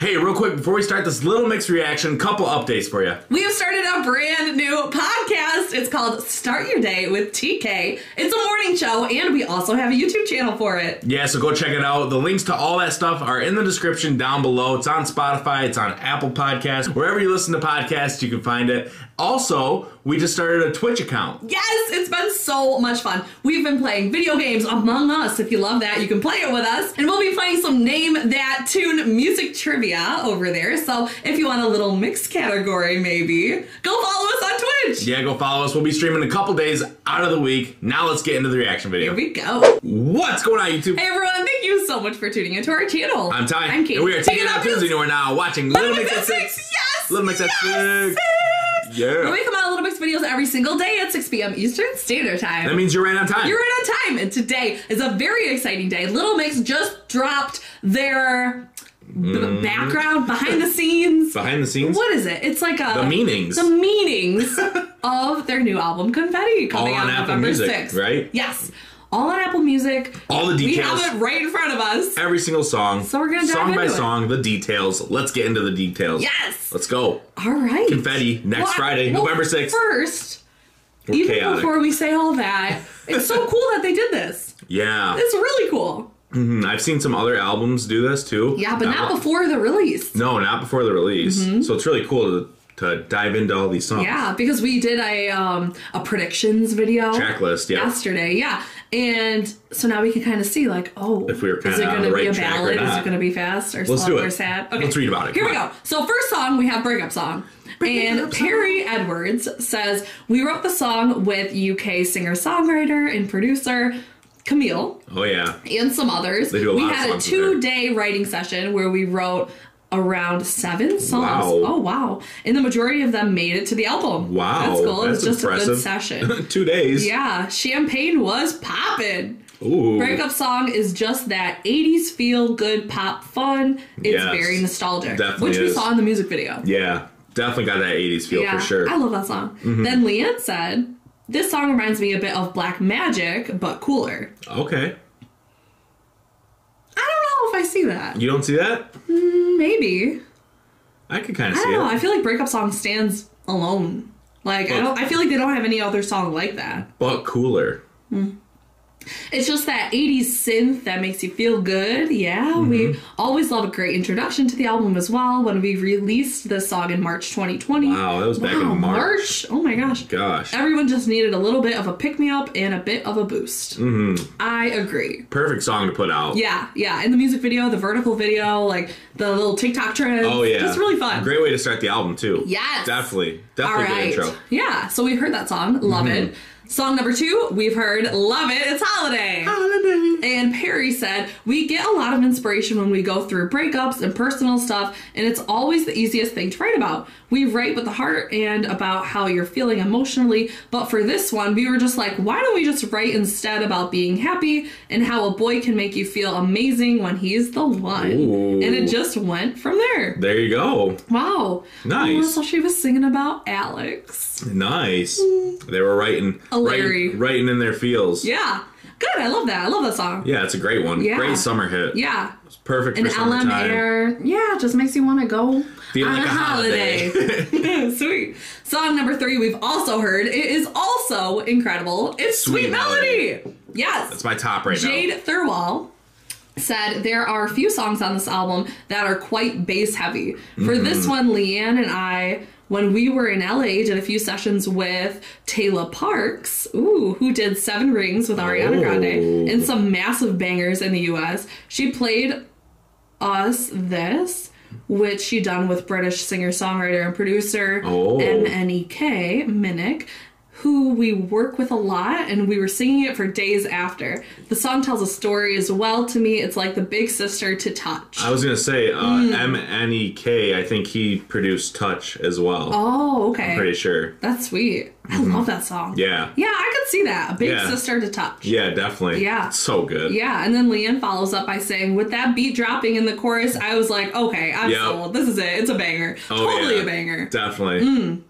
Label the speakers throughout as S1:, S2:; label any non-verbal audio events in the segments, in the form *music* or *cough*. S1: Hey, real quick before we start this little mix reaction, couple updates for you.
S2: We have started a brand new podcast. It's called Start Your Day with TK. It's a morning show, and we also have a YouTube channel for it.
S1: Yeah, so go check it out. The links to all that stuff are in the description down below. It's on Spotify, it's on Apple Podcasts. Wherever you listen to podcasts, you can find it. Also, we just started a Twitch account.
S2: Yes, it's been so much fun. We've been playing video games Among Us. If you love that, you can play it with us. And we'll be playing some Name That Tune music trivia over there. So if you want a little mix category, maybe, go follow us on Twitch.
S1: Yeah, go follow us. We'll be streaming a couple days out of the week. Now let's get into the reaction
S2: Here
S1: video.
S2: we go.
S1: What's going on, YouTube?
S2: Hey everyone, thank you so much for tuning into our channel.
S1: I'm Ty.
S2: I'm Kate.
S1: And we are
S2: Taking
S1: taking out Tuesday, and we're now watching
S2: Little
S1: Little
S2: Mix
S1: Mix
S2: at
S1: at
S2: Six.
S1: 6.
S2: Yes.
S1: Little Mix at
S2: yes!
S1: 6.
S2: Where
S1: Yeah.
S2: *laughs* we come out with Little Mix videos every single day at 6 p.m. Eastern Standard Time.
S1: That means you're right on time.
S2: You're right on time, and today is a very exciting day. Little Mix just dropped their b-
S1: Mm.
S2: background, behind the
S1: *laughs*
S2: scenes.
S1: Behind the scenes.
S2: What is it? It's like a
S1: The meanings.
S2: The
S1: *laughs*
S2: meanings of their new album Confetti coming
S1: All on
S2: out
S1: Apple
S2: November
S1: Music,
S2: 6th.
S1: right?
S2: Yes. All on Apple Music.
S1: All the
S2: We
S1: details.
S2: have it right in front of us.
S1: Every single song.
S2: So we're gonna dive
S1: song by
S2: into it.
S1: song, the details. Let's get into the details.
S2: Yes.
S1: Let's go.
S2: All right.
S1: Confetti next
S2: Well, I-
S1: Friday,
S2: well,
S1: November 6th.
S2: First,
S1: We're
S2: even
S1: chaotic.
S2: before we say all that, it's so cool that they did this.
S1: yeah.
S2: It's really cool.
S1: Mhm. I've seen some other albums do this too.
S2: Yeah, but not
S1: Not-
S2: before the release.
S1: No, not before the release. So it's really cool to, to dive into all these songs.
S2: Yeah, because we did a um a predictions video
S1: Tracklist, yeah.
S2: yesterday. Yeah, and so now we can kind of see like, oh,
S1: If we were
S2: is it
S1: kinda on the
S2: gonna be
S1: right
S2: a
S1: track or
S2: ballad? Is
S1: not.
S2: it going to be fast or
S1: Let's
S2: slow
S1: do it.
S2: or sad? Okay,
S1: Let's read about it.
S2: Here
S1: Come
S2: we
S1: on.
S2: go. So first song we have breakup song, and
S1: Breakup Song.
S2: Perry Edwards says we wrote the song with UK singer songwriter and producer Camille
S1: Oh, yeah. *laughs*
S2: and some others.
S1: They do a
S2: we
S1: lot of
S2: had
S1: songs
S2: a
S1: in
S2: two day writing session where we wrote around seven songs.
S1: Wow.
S2: Oh wow. And the majority of them made it to the album.
S1: Wow.
S2: That's cool. It was
S1: That's
S2: just a
S1: impressive.
S2: good session.
S1: Two days.
S2: yeah. Champagne was popping.
S1: Ooh.
S2: Breakup song is just that 80s feel good pop fun. It's
S1: Yes.
S2: very nostalgic.
S1: Definitely
S2: which we
S1: is.
S2: saw in the music video.
S1: Yeah. Definitely got that 80s feel for sure. Mm-hmm.
S2: I love that song. Then Leanne said, This song reminds me a bit of Black Magic, but cooler.
S1: okay.
S2: I don't know if I see that.
S1: You don't see that?
S2: Maybe.
S1: I could kind of
S2: I
S1: see
S2: don't
S1: it.
S2: know. I feel like breakup song stands alone. Like I don't. I feel like they don't have any other song like that.
S1: but cooler.
S2: It's just that '80s synth that makes you feel good. Yeah, we
S1: Mm-hmm.
S2: always love a great introduction to the album as well. When we released this song in March 2020.
S1: Wow, that was back
S2: Wow,
S1: in March.
S2: Oh my gosh.
S1: Gosh.
S2: Everyone just needed a little bit of a pick me up and a bit of a boost. Mm-hmm. I agree.
S1: Perfect song to put out.
S2: Yeah, yeah. In the music video, the vertical video, like the little TikTok trend.
S1: Oh yeah.
S2: just really fun.
S1: Great way to start the album too.
S2: Yes.
S1: Definitely.
S2: All
S1: Definitely
S2: right.
S1: good intro. Mm-hmm.
S2: Yeah. So we've heard that song. Love it. Song number two, we've heard Love It. It's Holiday. And Perry said, We get a lot of inspiration when we go through breakups and personal stuff, and it's always the easiest thing to write about. We write with the heart and about how you're feeling emotionally, but for this one, we were just like, Why don't we just write instead about being happy and how a boy can make you feel amazing when he's the one?
S1: Ooh.
S2: And it just went from there.
S1: There you go.
S2: Wow.
S1: Nice.
S2: Oh, so she was singing about Alex.
S1: Nice. They were writing,
S2: A Oh, Larry.
S1: writing, writing in their feels.
S2: Yeah. Good. I love that. I love that song. Yeah.
S1: Yeah, it's a great one.
S2: Yeah.
S1: Great summer hit. It's perfect
S2: An
S1: for summertime.
S2: LM air. Yeah, just makes you want to go
S1: Feel
S2: on
S1: like a
S2: a
S1: holiday.
S2: holiday. *laughs* Sweet. Song number three we've also heard. It is also incredible. It's Sweet,
S1: Sweet
S2: Melody.
S1: Melody.
S2: Yes.
S1: It's my top right
S2: Jade
S1: now.
S2: Thirlwall said there are a few songs on this album that are quite bass heavy. For
S1: Mm-hmm.
S2: this one, Leanne and I, when we were in LA, did a few sessions with Taylor Parks, ooh, who did Seven Rings with Ariana Grande
S1: Oh.
S2: and some massive bangers in the US. She played us this. Which she done with British singer songwriter and producer
S1: Oh.
S2: MNEK E Minnick, who we work with a lot, and we were singing it for days after. The song tells a story as well to me. It's like the big sister to touch.
S1: I was gonna say uh,
S2: Mm.
S1: M N E K. I think he produced Touch as well.
S2: oh, okay.
S1: Pretty sure. Mm-hmm.
S2: That's sweet. I love that song.
S1: Yeah.
S2: Yeah, I could see that. A big
S1: Yeah.
S2: sister to touch.
S1: Yeah, definitely.
S2: Yeah.
S1: So good.
S2: Yeah, and then Leanne follows up by saying, with that beat dropping in the chorus, I was like, okay, I'm
S1: Yep.
S2: sold. This is it. It's a banger.
S1: Oh,
S2: totally
S1: yeah.
S2: a banger. Mm.
S1: Definitely.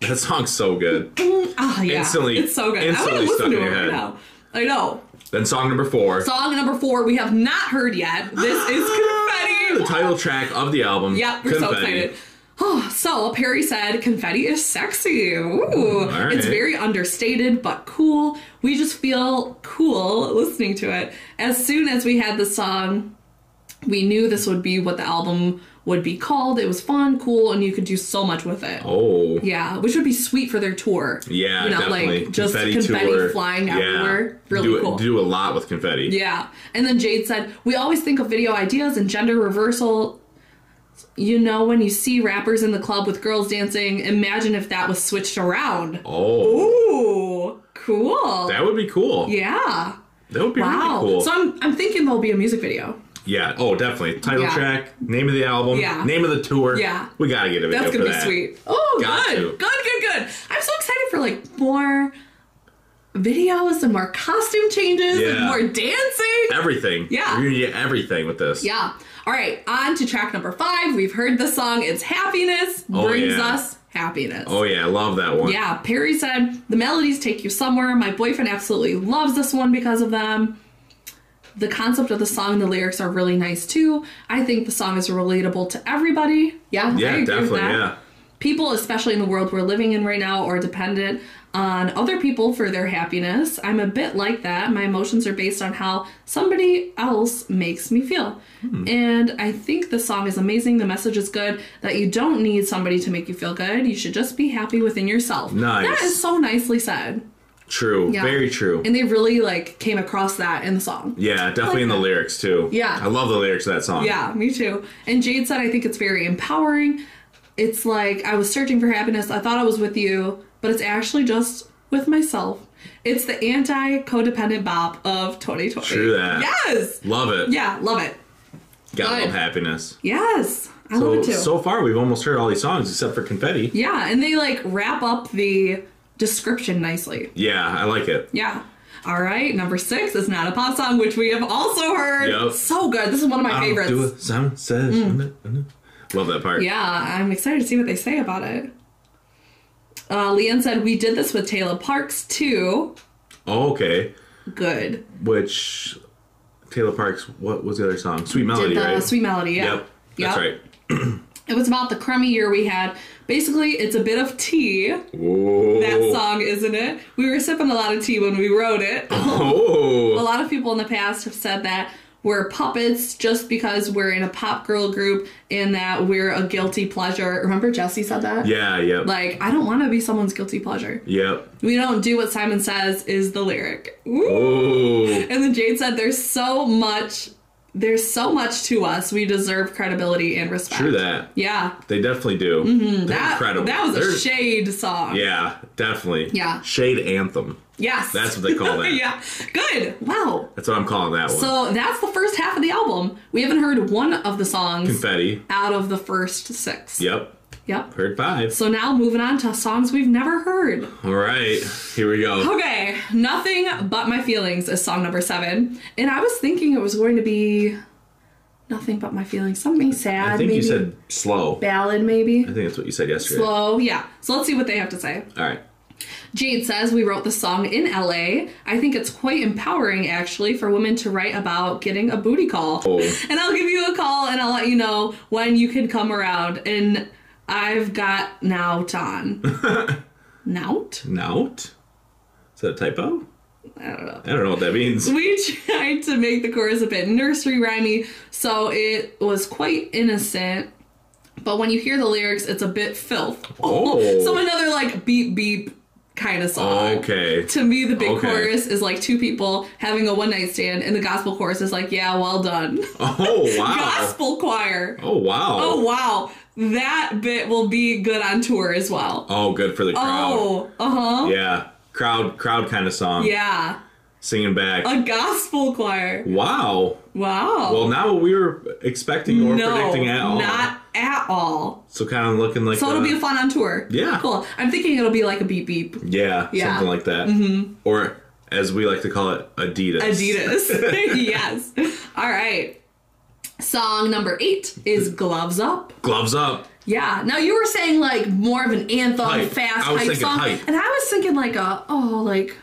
S1: That song's so good.
S2: Ah, yeah.
S1: Instantly-
S2: it's so good. I want to
S1: instantly
S2: listen
S1: stuck
S2: to
S1: in
S2: it
S1: your
S2: right
S1: head.
S2: now. I know.
S1: Then song number four. *gasps*
S2: Song number four we have not heard yet. This is
S1: *laughs*
S2: confetti
S1: to the title track of the album.
S2: Yep, we're so excited. Oh, so Perry said, "Confetti is sexy. Ooh,
S1: Mm, right.
S2: it's very understated but cool. We just feel cool listening to it. As soon as we had the song, we knew this would be what the album would be called. It was fun, cool, and you could do so much with it.
S1: Oh,
S2: Yeah, which would be sweet for their tour.
S1: yeah,
S2: you know,
S1: definitely.
S2: like just confetti,
S1: tour.
S2: flying
S1: Yeah.
S2: everywhere. Really
S1: do,
S2: cool.
S1: Do a lot with confetti.
S2: Yeah. And then Jade said, We always think of video ideas and gender reversal. You know, when you see rappers in the club with girls dancing, imagine if that was switched around.
S1: Oh,
S2: Ooh, cool.
S1: that would be cool.
S2: yeah.
S1: That would be
S2: Wow.
S1: really cool.
S2: So I'm, I'm thinking there'll be a music video.
S1: yeah. Oh, definitely. Title
S2: Yeah.
S1: track, name of the album,
S2: Yeah.
S1: name of the tour.
S2: Yeah.
S1: We gotta get a video
S2: That's
S1: for
S2: gonna be
S1: that.
S2: sweet. Oh,
S1: Got
S2: good,
S1: to.
S2: good, good, good. I'm so excited for like more videos and more costume changes and
S1: Yeah.
S2: more dancing.
S1: Everything.
S2: Yeah.
S1: You're gonna get everything with this.
S2: Yeah. All right, on to track number five. We've heard the song It's Happiness
S1: Oh,
S2: Brings
S1: yeah.
S2: Us Happiness.
S1: Oh yeah, I love that one.
S2: Yeah, Perry said, The melodies take you somewhere. My boyfriend absolutely loves this one because of them. The concept of the song and the lyrics are really nice too. I think the song is relatable to everybody. Yeah, I
S1: Yeah,
S2: agree with
S1: definitely.
S2: that.
S1: Yeah.
S2: People, especially in the world we're living in right now, are dependent on other people for their happiness. I'm a bit like that. My emotions are based on how somebody else makes me feel. And I think the song is amazing. The message is good that you don't need somebody to make you feel good. You should just be happy within yourself.
S1: Nice.
S2: That is so nicely said.
S1: True.
S2: Yeah.
S1: Very true.
S2: And they really like came across that in the song.
S1: yeah, definitely in the lyrics too.
S2: Yeah.
S1: I love the lyrics of that song.
S2: Yeah, me too. And Jade said, I think it's very empowering. It's like I was searching for happiness. I thought I was with you, but it's actually just with myself. It's the anti codependent bop of 2020.
S1: True that.
S2: Yes.
S1: Love it.
S2: Yeah, love it.
S1: Gotta
S2: Good.
S1: love happiness.
S2: Yes. I love
S1: So,
S2: it too.
S1: so far we've almost heard all these songs except for confetti.
S2: yeah, and they like wrap up the description nicely.
S1: Yeah, I like it.
S2: Yeah. All right, number six is not a pop song, which we have also heard.
S1: Yep.
S2: So good. This is one of my
S1: I'll
S2: favorites. Mm.
S1: do it. Sound says. Mm-hmm. Love that part.
S2: Yeah, I'm excited to see what they say about it. Uh, Leanne said, We did this with Taylor Parks too.
S1: Oh, okay.
S2: Good.
S1: Which Taylor Parks? What was the other song? Sweet Melody,
S2: Did the
S1: Oh, right?
S2: Sweet Melody, yeah.
S1: Yep. That's right.
S2: It was about the crummy year we had. Basically, it's a bit of tea.
S1: Whoa. *laughs*
S2: That song, isn't it? We were sipping a lot of tea when we wrote it. a
S1: Oh.
S2: lot of people in the past have said that we're puppets just because we're in a pop girl group and that we're a guilty pleasure. Remember Jesse said that?
S1: Yeah. Yep.
S2: Like, I don't want to be someone's guilty pleasure.
S1: yep.
S2: We don't do what Simon says is the lyric. Ooh.
S1: Oh.
S2: And then Jade said, "There's so much, there's so much to us. We deserve credibility and respect."
S1: True that.
S2: Yeah,
S1: They definitely do. Mm-hmm.
S2: that
S1: incredible.
S2: that was a
S1: They're-
S2: shade song.
S1: Yeah, definitely.
S2: Yeah.
S1: Shade anthem.
S2: Yes.
S1: That's what they call that.
S2: *laughs* yeah. Good. Wow.
S1: That's what I'm calling that one.
S2: So that's the first half of the album. We haven't heard one of the songs
S1: Confetti.
S2: out of the first six.
S1: Yep.
S2: Yep.
S1: Heard five.
S2: So now moving on to songs we've never heard.
S1: All right. Here we go.
S2: Okay, Nothing But My Feelings is song number seven. And I was thinking it was going to be Nothing But My Feelings. Something sad,
S1: I think
S2: maybe.
S1: you said slow.
S2: ballad, maybe.
S1: I think that's what you said yesterday.
S2: Slow, yeah. So let's see what they have to say.
S1: All right.
S2: Jade says, We wrote the song in LA. I think it's quite empowering, actually, for women to write about getting a booty call.
S1: Oh.
S2: *laughs* And I'll give you a call and I'll let you know when you can come around. And I've got Nout on.
S1: *laughs*
S2: Nout?
S1: Nout? Is that a typo?
S2: I don't know.
S1: I don't know what that means.
S2: We *laughs* tried to make the chorus a bit nursery rhymey, so it was quite innocent. But when you hear the lyrics, it's a bit filth. *laughs*
S1: Oh.
S2: So another like beep beep kind of song.
S1: Okay.
S2: To me, the big
S1: Okay.
S2: chorus is like two people having a one night stand, and the gospel chorus is like, yeah, well done. *laughs*
S1: Oh, wow.
S2: Gospel choir.
S1: Oh, wow.
S2: Oh, wow. That bit will be good on tour as well.
S1: Oh, good for the crowd.
S2: Oh, uh huh.
S1: Yeah. Crowd crowd kind of song.
S2: Yeah. Oh.
S1: Singing back.
S2: A gospel choir.
S1: wow.
S2: Wow.
S1: Well, not what we were expecting or
S2: no,
S1: predicting at all.
S2: Not at all.
S1: so kind of looking like
S2: So it'll
S1: a-
S2: be a fun on tour.
S1: Yeah.
S2: Cool. I'm thinking it'll be like a beep beep.
S1: Yeah,
S2: Yeah.
S1: something like that. Mm-hmm. Or as we like to call it, Adidas. *laughs*
S2: Adidas. *laughs* yes. All right. Song number eight is Gloves Up.
S1: Gloves up.
S2: Yeah. Now you were saying like more of an anthem,
S1: Hype.
S2: fast
S1: I was
S2: hype
S1: thinking
S2: song.
S1: hype.
S2: And I was thinking like a oh like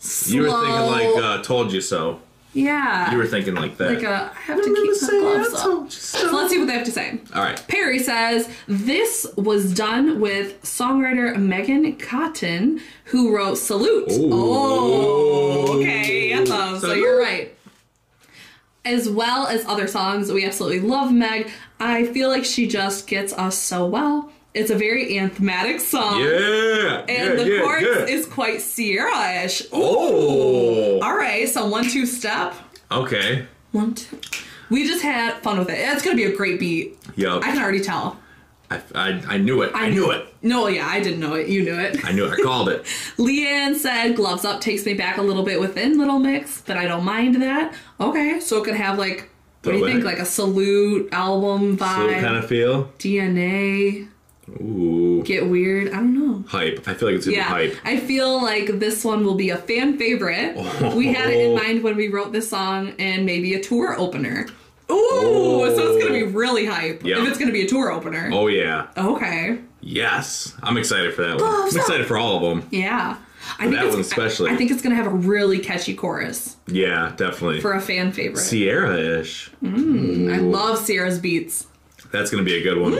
S2: slow.
S1: You were thinking like uh, "Told You So."
S2: Yeah.
S1: You were thinking like that.
S2: like a, I have to keep my gloves up. So let's see what they have to say.
S1: All right.
S2: Perry says this was done with songwriter Megan Cotton, who wrote Salute.
S1: Ooh.
S2: Oh, okay. I thought- So
S1: Salute.
S2: you're right. As well as other songs, we absolutely love Meg. I feel like she just gets us so well. It's a very anthematic song.
S1: Yeah.
S2: And
S1: yeah,
S2: the
S1: yeah,
S2: chorus
S1: yeah.
S2: is quite Sierra-ish.
S1: Oh.
S2: All right, so one two step.
S1: Okay.
S2: One two. We just had fun with it. It's gonna be a great beat.
S1: Yo.
S2: I can already tell.
S1: I, I, I knew it. I, knew it.
S2: No, yeah, I didn't know it. You knew it.
S1: I knew it. I called
S2: *laughs*
S1: it.
S2: Leanne said, "Gloves up takes me back a little bit within Little Mix, but I don't mind that." Okay, so it could have like, what do you
S1: Throwback.
S2: think? Like a salute album
S1: So
S2: vibe,
S1: kind of feel.
S2: DNA,
S1: Ooh.
S2: get weird. I don't know.
S1: Hype. I feel like it's gonna
S2: Yeah,
S1: be hype.
S2: I feel like this one will be a fan favorite. We had it
S1: Oh.
S2: in mind when we wrote this song, and maybe a tour opener. Ooh, so it's gonna be really hype
S1: Oh. Yeah.
S2: if it's gonna be a tour opener.
S1: Oh yeah.
S2: Okay.
S1: Yes. I'm excited for that one.
S2: Gloves
S1: I'm
S2: up.
S1: excited for all of them.
S2: Yeah. I
S1: that
S2: it's-
S1: one especially.
S2: I, I think it's gonna have a really catchy chorus
S1: Yeah, definitely.
S2: for a fan favorite.
S1: Sierra-ish.
S2: I love Sierra's beats.
S1: That's gonna be a good one.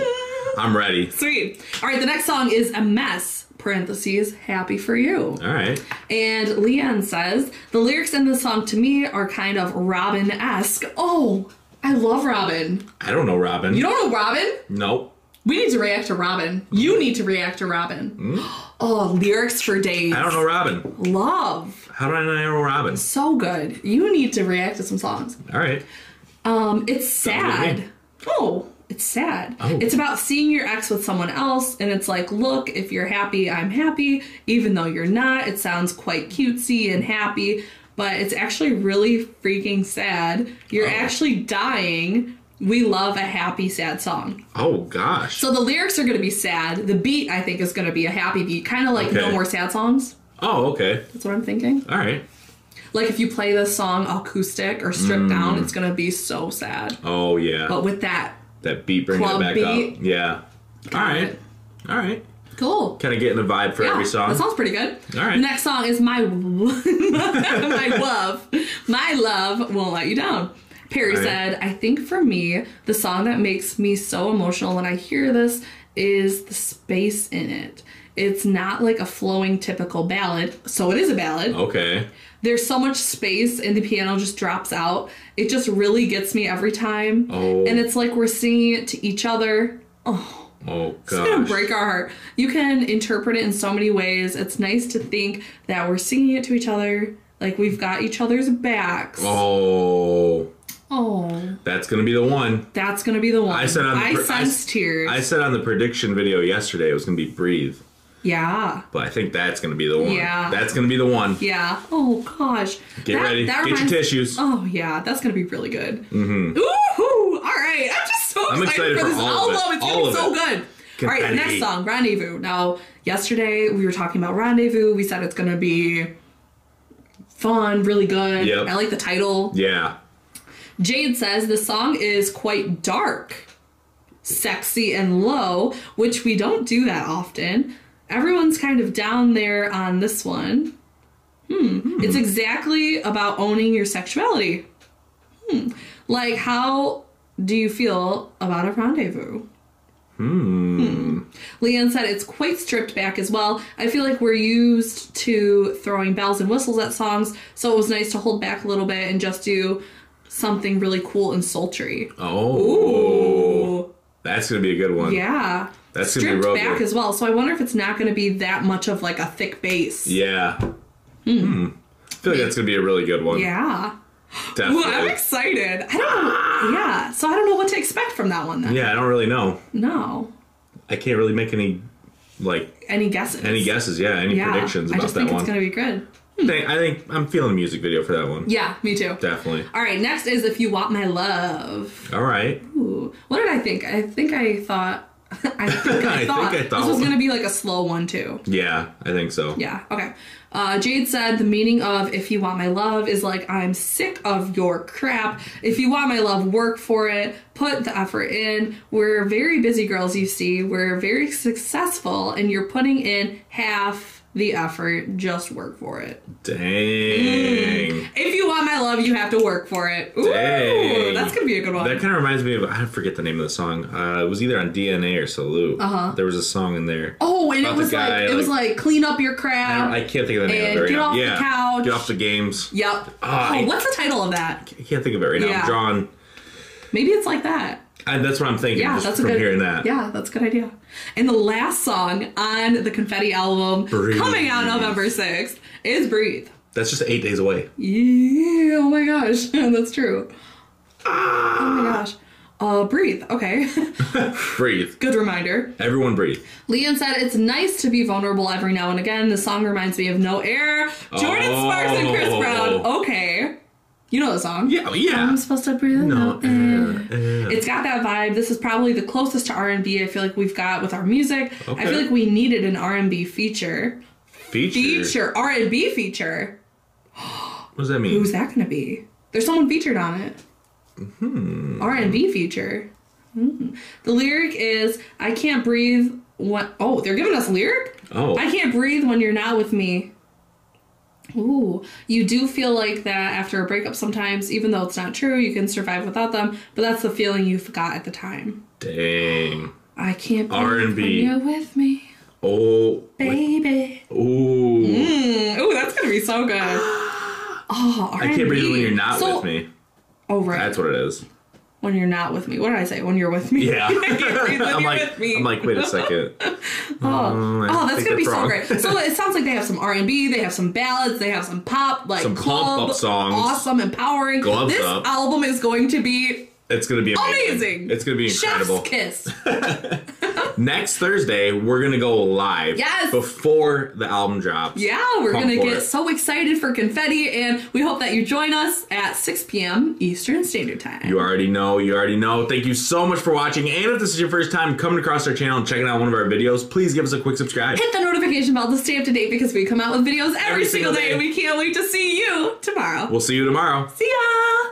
S1: I'm ready.
S2: Sweet. All right, the next song is a mess. Parentheses, happy for you.
S1: All right.
S2: And Leanne says the lyrics in this song to me are kind of Robin esque. Oh, I love Robin.
S1: I don't know Robin.
S2: You don't know Robin?
S1: nope.
S2: We need to react to Robin. You need to react to Robin. Oh, lyrics for days.
S1: Hmm? I don't know Robin.
S2: Love.
S1: How do I not know Robin?
S2: So good. You need to react to some songs.
S1: All right.
S2: Um, it's
S1: what I
S2: sad.
S1: mean.
S2: Oh, it's sad.
S1: Oh.
S2: It's about seeing your ex with someone else, and it's like, look, if you're happy, I'm happy, even though you're not. It sounds quite cutesy and happy, but it's actually really freaking sad. You're
S1: Oh.
S2: actually dying. We love a happy, sad song.
S1: Oh gosh.
S2: So the lyrics are going to be sad. The beat, I think, is going to be a happy beat, kind of like
S1: Okay.
S2: No More Sad Songs.
S1: oh okay.
S2: That's what I'm thinking.
S1: All right.
S2: Like if you play this song acoustic or stripped
S1: Mm.
S2: down, it's going to be so sad.
S1: Oh yeah.
S2: But with that,
S1: that beat bringing
S2: Club
S1: it back
S2: beat.
S1: up. Yeah. All right.
S2: it.
S1: All right.
S2: cool.
S1: Kind of getting the vibe for every song.
S2: That sounds pretty good.
S1: All right.
S2: Next song is my *laughs* my love. My love won't let you down. Perry
S1: All right.
S2: said, I think for me, the song that makes me so emotional when I hear this is the space in it. It's not like a flowing typical ballad, so it is a ballad.
S1: Oh. okay.
S2: There's so much space and the piano just drops out. It just really gets me every time.
S1: Oh.
S2: And it's like we're singing it to each other. Oh,
S1: Oh gosh.
S2: it's gonna break our heart. You can interpret it in so many ways. It's nice to think that we're singing it to each other, like we've got each other's backs. Oh,
S1: Oh, that's gonna be the one.
S2: that's gonna be the one.
S1: I said on the
S2: I
S1: pr- I s-
S2: sense tears.
S1: I said on the prediction video yesterday it was gonna be breathe,
S2: yeah,
S1: but I think that's gonna be the one.
S2: Yeah.
S1: That's gonna be the one.
S2: yeah. Oh gosh.
S1: Get
S2: That-
S1: ready.
S2: that
S1: Get your
S2: reminds-
S1: tissues.
S2: Oh yeah, that's gonna be really good. Mm-hmm. Ooh, all right. I'm just so
S1: I'm
S2: excited,
S1: excited
S2: for
S1: for
S2: this
S1: all of it.
S2: album. It's
S1: All
S2: gonna be
S1: of
S2: so
S1: it.
S2: good. All right,
S1: Confetti.
S2: next song, Rendezvous. Now, yesterday we were talking about Rendezvous. We said it's gonna be fun, really good.
S1: Yep.
S2: I like the title.
S1: Yeah.
S2: Jade says the song is quite dark, sexy, and low, which we don't do that often. Everyone's kind of down there on this one. Hmm. It's exactly about owning your sexuality. Hmm. Like, how do you feel about a rendezvous? Hmm. Leanne said it's quite stripped back as well. I feel like we're used to throwing bells and whistles at songs, so it was nice to hold back a little bit and just do something really cool and sultry.
S1: Oh. That's gonna be a good one.
S2: Yeah.
S1: That's gonna be
S2: stripped
S1: real
S2: back
S1: good.
S2: as well. So I wonder if it's not going to be that much of like a thick bass.
S1: Yeah. Hmm. I feel like that's gonna be a really good one.
S2: Yeah.
S1: Definitely.
S2: Well, I'm excited. I don't. Yeah. So I don't know what to expect from that one then.
S1: yeah, I don't really know.
S2: No.
S1: I can't really make any like
S2: Any guesses?
S1: any guesses. Yeah, any
S2: Yeah.
S1: predictions
S2: I
S1: about
S2: just
S1: that
S2: think
S1: one.
S2: it's going to be good.
S1: Think- I think I'm feeling the music video for that one.
S2: Yeah. Me too.
S1: Definitely.
S2: All right. Next is if you want my love.
S1: All right.
S2: Ooh. What did I think? I think I thought. *laughs* I think
S1: *laughs*
S2: I,
S1: I think
S2: thought
S1: I
S2: this
S1: thought-
S2: was going to be like a slow one too.
S1: Yeah, I think so.
S2: Yeah, okay. Uh, Jade said the meaning of if you want my love is like I'm sick of your crap. If you want my love, work for it, put the effort in. We're very busy girls, you see. We're very successful, and you're putting in half the effort, just work for it.
S1: Dang.
S2: If you want my love, you have to work for it. Ooh,
S1: Dang.
S2: that's gonna be a good one.
S1: That kind of reminds me of I forget the name of the song. Uh, it was either on DNA or Salute. Uh-huh. There was a song in there.
S2: oh, and
S1: about
S2: it
S1: the
S2: was
S1: guy,
S2: like it was like clean up your crap.
S1: I can't think of the name
S2: And
S1: of it right
S2: get
S1: now.
S2: off the
S1: yeah.
S2: couch.
S1: Get off the games.
S2: yep.
S1: Ah,
S2: oh,
S1: I-
S2: what's the title of that?
S1: I can't think of it right now.
S2: Yeah.
S1: I'm drawn.
S2: Maybe it's like that.
S1: I, that's what I'm thinking.
S2: Yeah,
S1: just
S2: that's a
S1: from
S2: good.
S1: hearing that.
S2: Yeah, that's a good idea. And the last song on the Confetti album
S1: Breathe.
S2: coming out November sixth is "Breathe."
S1: That's just eight days away.
S2: Yeah. Oh my gosh, *laughs* that's true. Oh my
S1: Ah.
S2: gosh. Uh, breathe. Okay. *laughs*
S1: Breathe.
S2: good reminder.
S1: Everyone breathe.
S2: Leon said, It's nice to be vulnerable every now and again. The song reminds me of No Air. Jordan
S1: Oh.
S2: Sparks and Chris Brown. Okay. You know the song.
S1: Yeah. oh, Yeah.
S2: I'm supposed to breathe
S1: No,
S2: no, air.
S1: eh, eh.
S2: It's got that vibe. This is probably the closest to R&B I feel like we've got with our music.
S1: Okay.
S2: I feel like we needed an R&B feature.
S1: Feature.
S2: Feature. R&B feature.
S1: What does that mean?
S2: Who's that going to be? There's someone featured on it.
S1: Hmm.
S2: R&B feature. Hmm. The lyric is, I can't breathe when... Oh, they're giving us lyric?
S1: oh.
S2: I can't breathe when you're not with me. Ooh, you do feel like that after a breakup sometimes, even though it's not true, you can survive without them, but that's the feeling you forgot at the time.
S1: Dang.
S2: I can't breathe
S1: R&B.
S2: when you're with me,
S1: Oh. wait.
S2: baby.
S1: Ooh.
S2: Mm, ooh, that's gonna be so good. *gasps* Oh, R&B.
S1: I can't breathe when you're not
S2: So-
S1: with me.
S2: Oh, right.
S1: That's what it is.
S2: when you're not with me. What did I say? When you're with me.
S1: Yeah.
S2: *laughs* I can't breathe
S1: *laughs*
S2: when
S1: I'm
S2: you're
S1: like,
S2: with me.
S1: I'm like, wait a second.
S2: *laughs* Oh,
S1: I
S2: oh, that's
S1: think
S2: gonna be
S1: that's wrong.
S2: so great. So it sounds like they have some R and B, they have some ballads, they have some pop, like
S1: Some
S2: club,
S1: pump-up songs.
S2: awesome, empowering.
S1: Gloves
S2: this
S1: up.
S2: album is going to be
S1: It's gonna be amazing.
S2: amazing.
S1: It's gonna be incredible.
S2: Chef's kiss.
S1: Next Thursday, we're gonna go live.
S2: Yes.
S1: Before the album drops.
S2: Yeah, we're
S1: Pump
S2: gonna
S1: for
S2: get
S1: it.
S2: so excited for confetti, and we hope that you join us at 6 p.m. Eastern Standard Time.
S1: You already know, you already know. Thank you so much for watching. And if this is your first time coming across our channel and checking out one of our videos, please give us a quick subscribe.
S2: Hit the notification bell to stay up to date because we come out with videos every, single
S1: single
S2: day,
S1: day.
S2: and we can't wait to see you tomorrow.
S1: We'll see you tomorrow.
S2: see ya.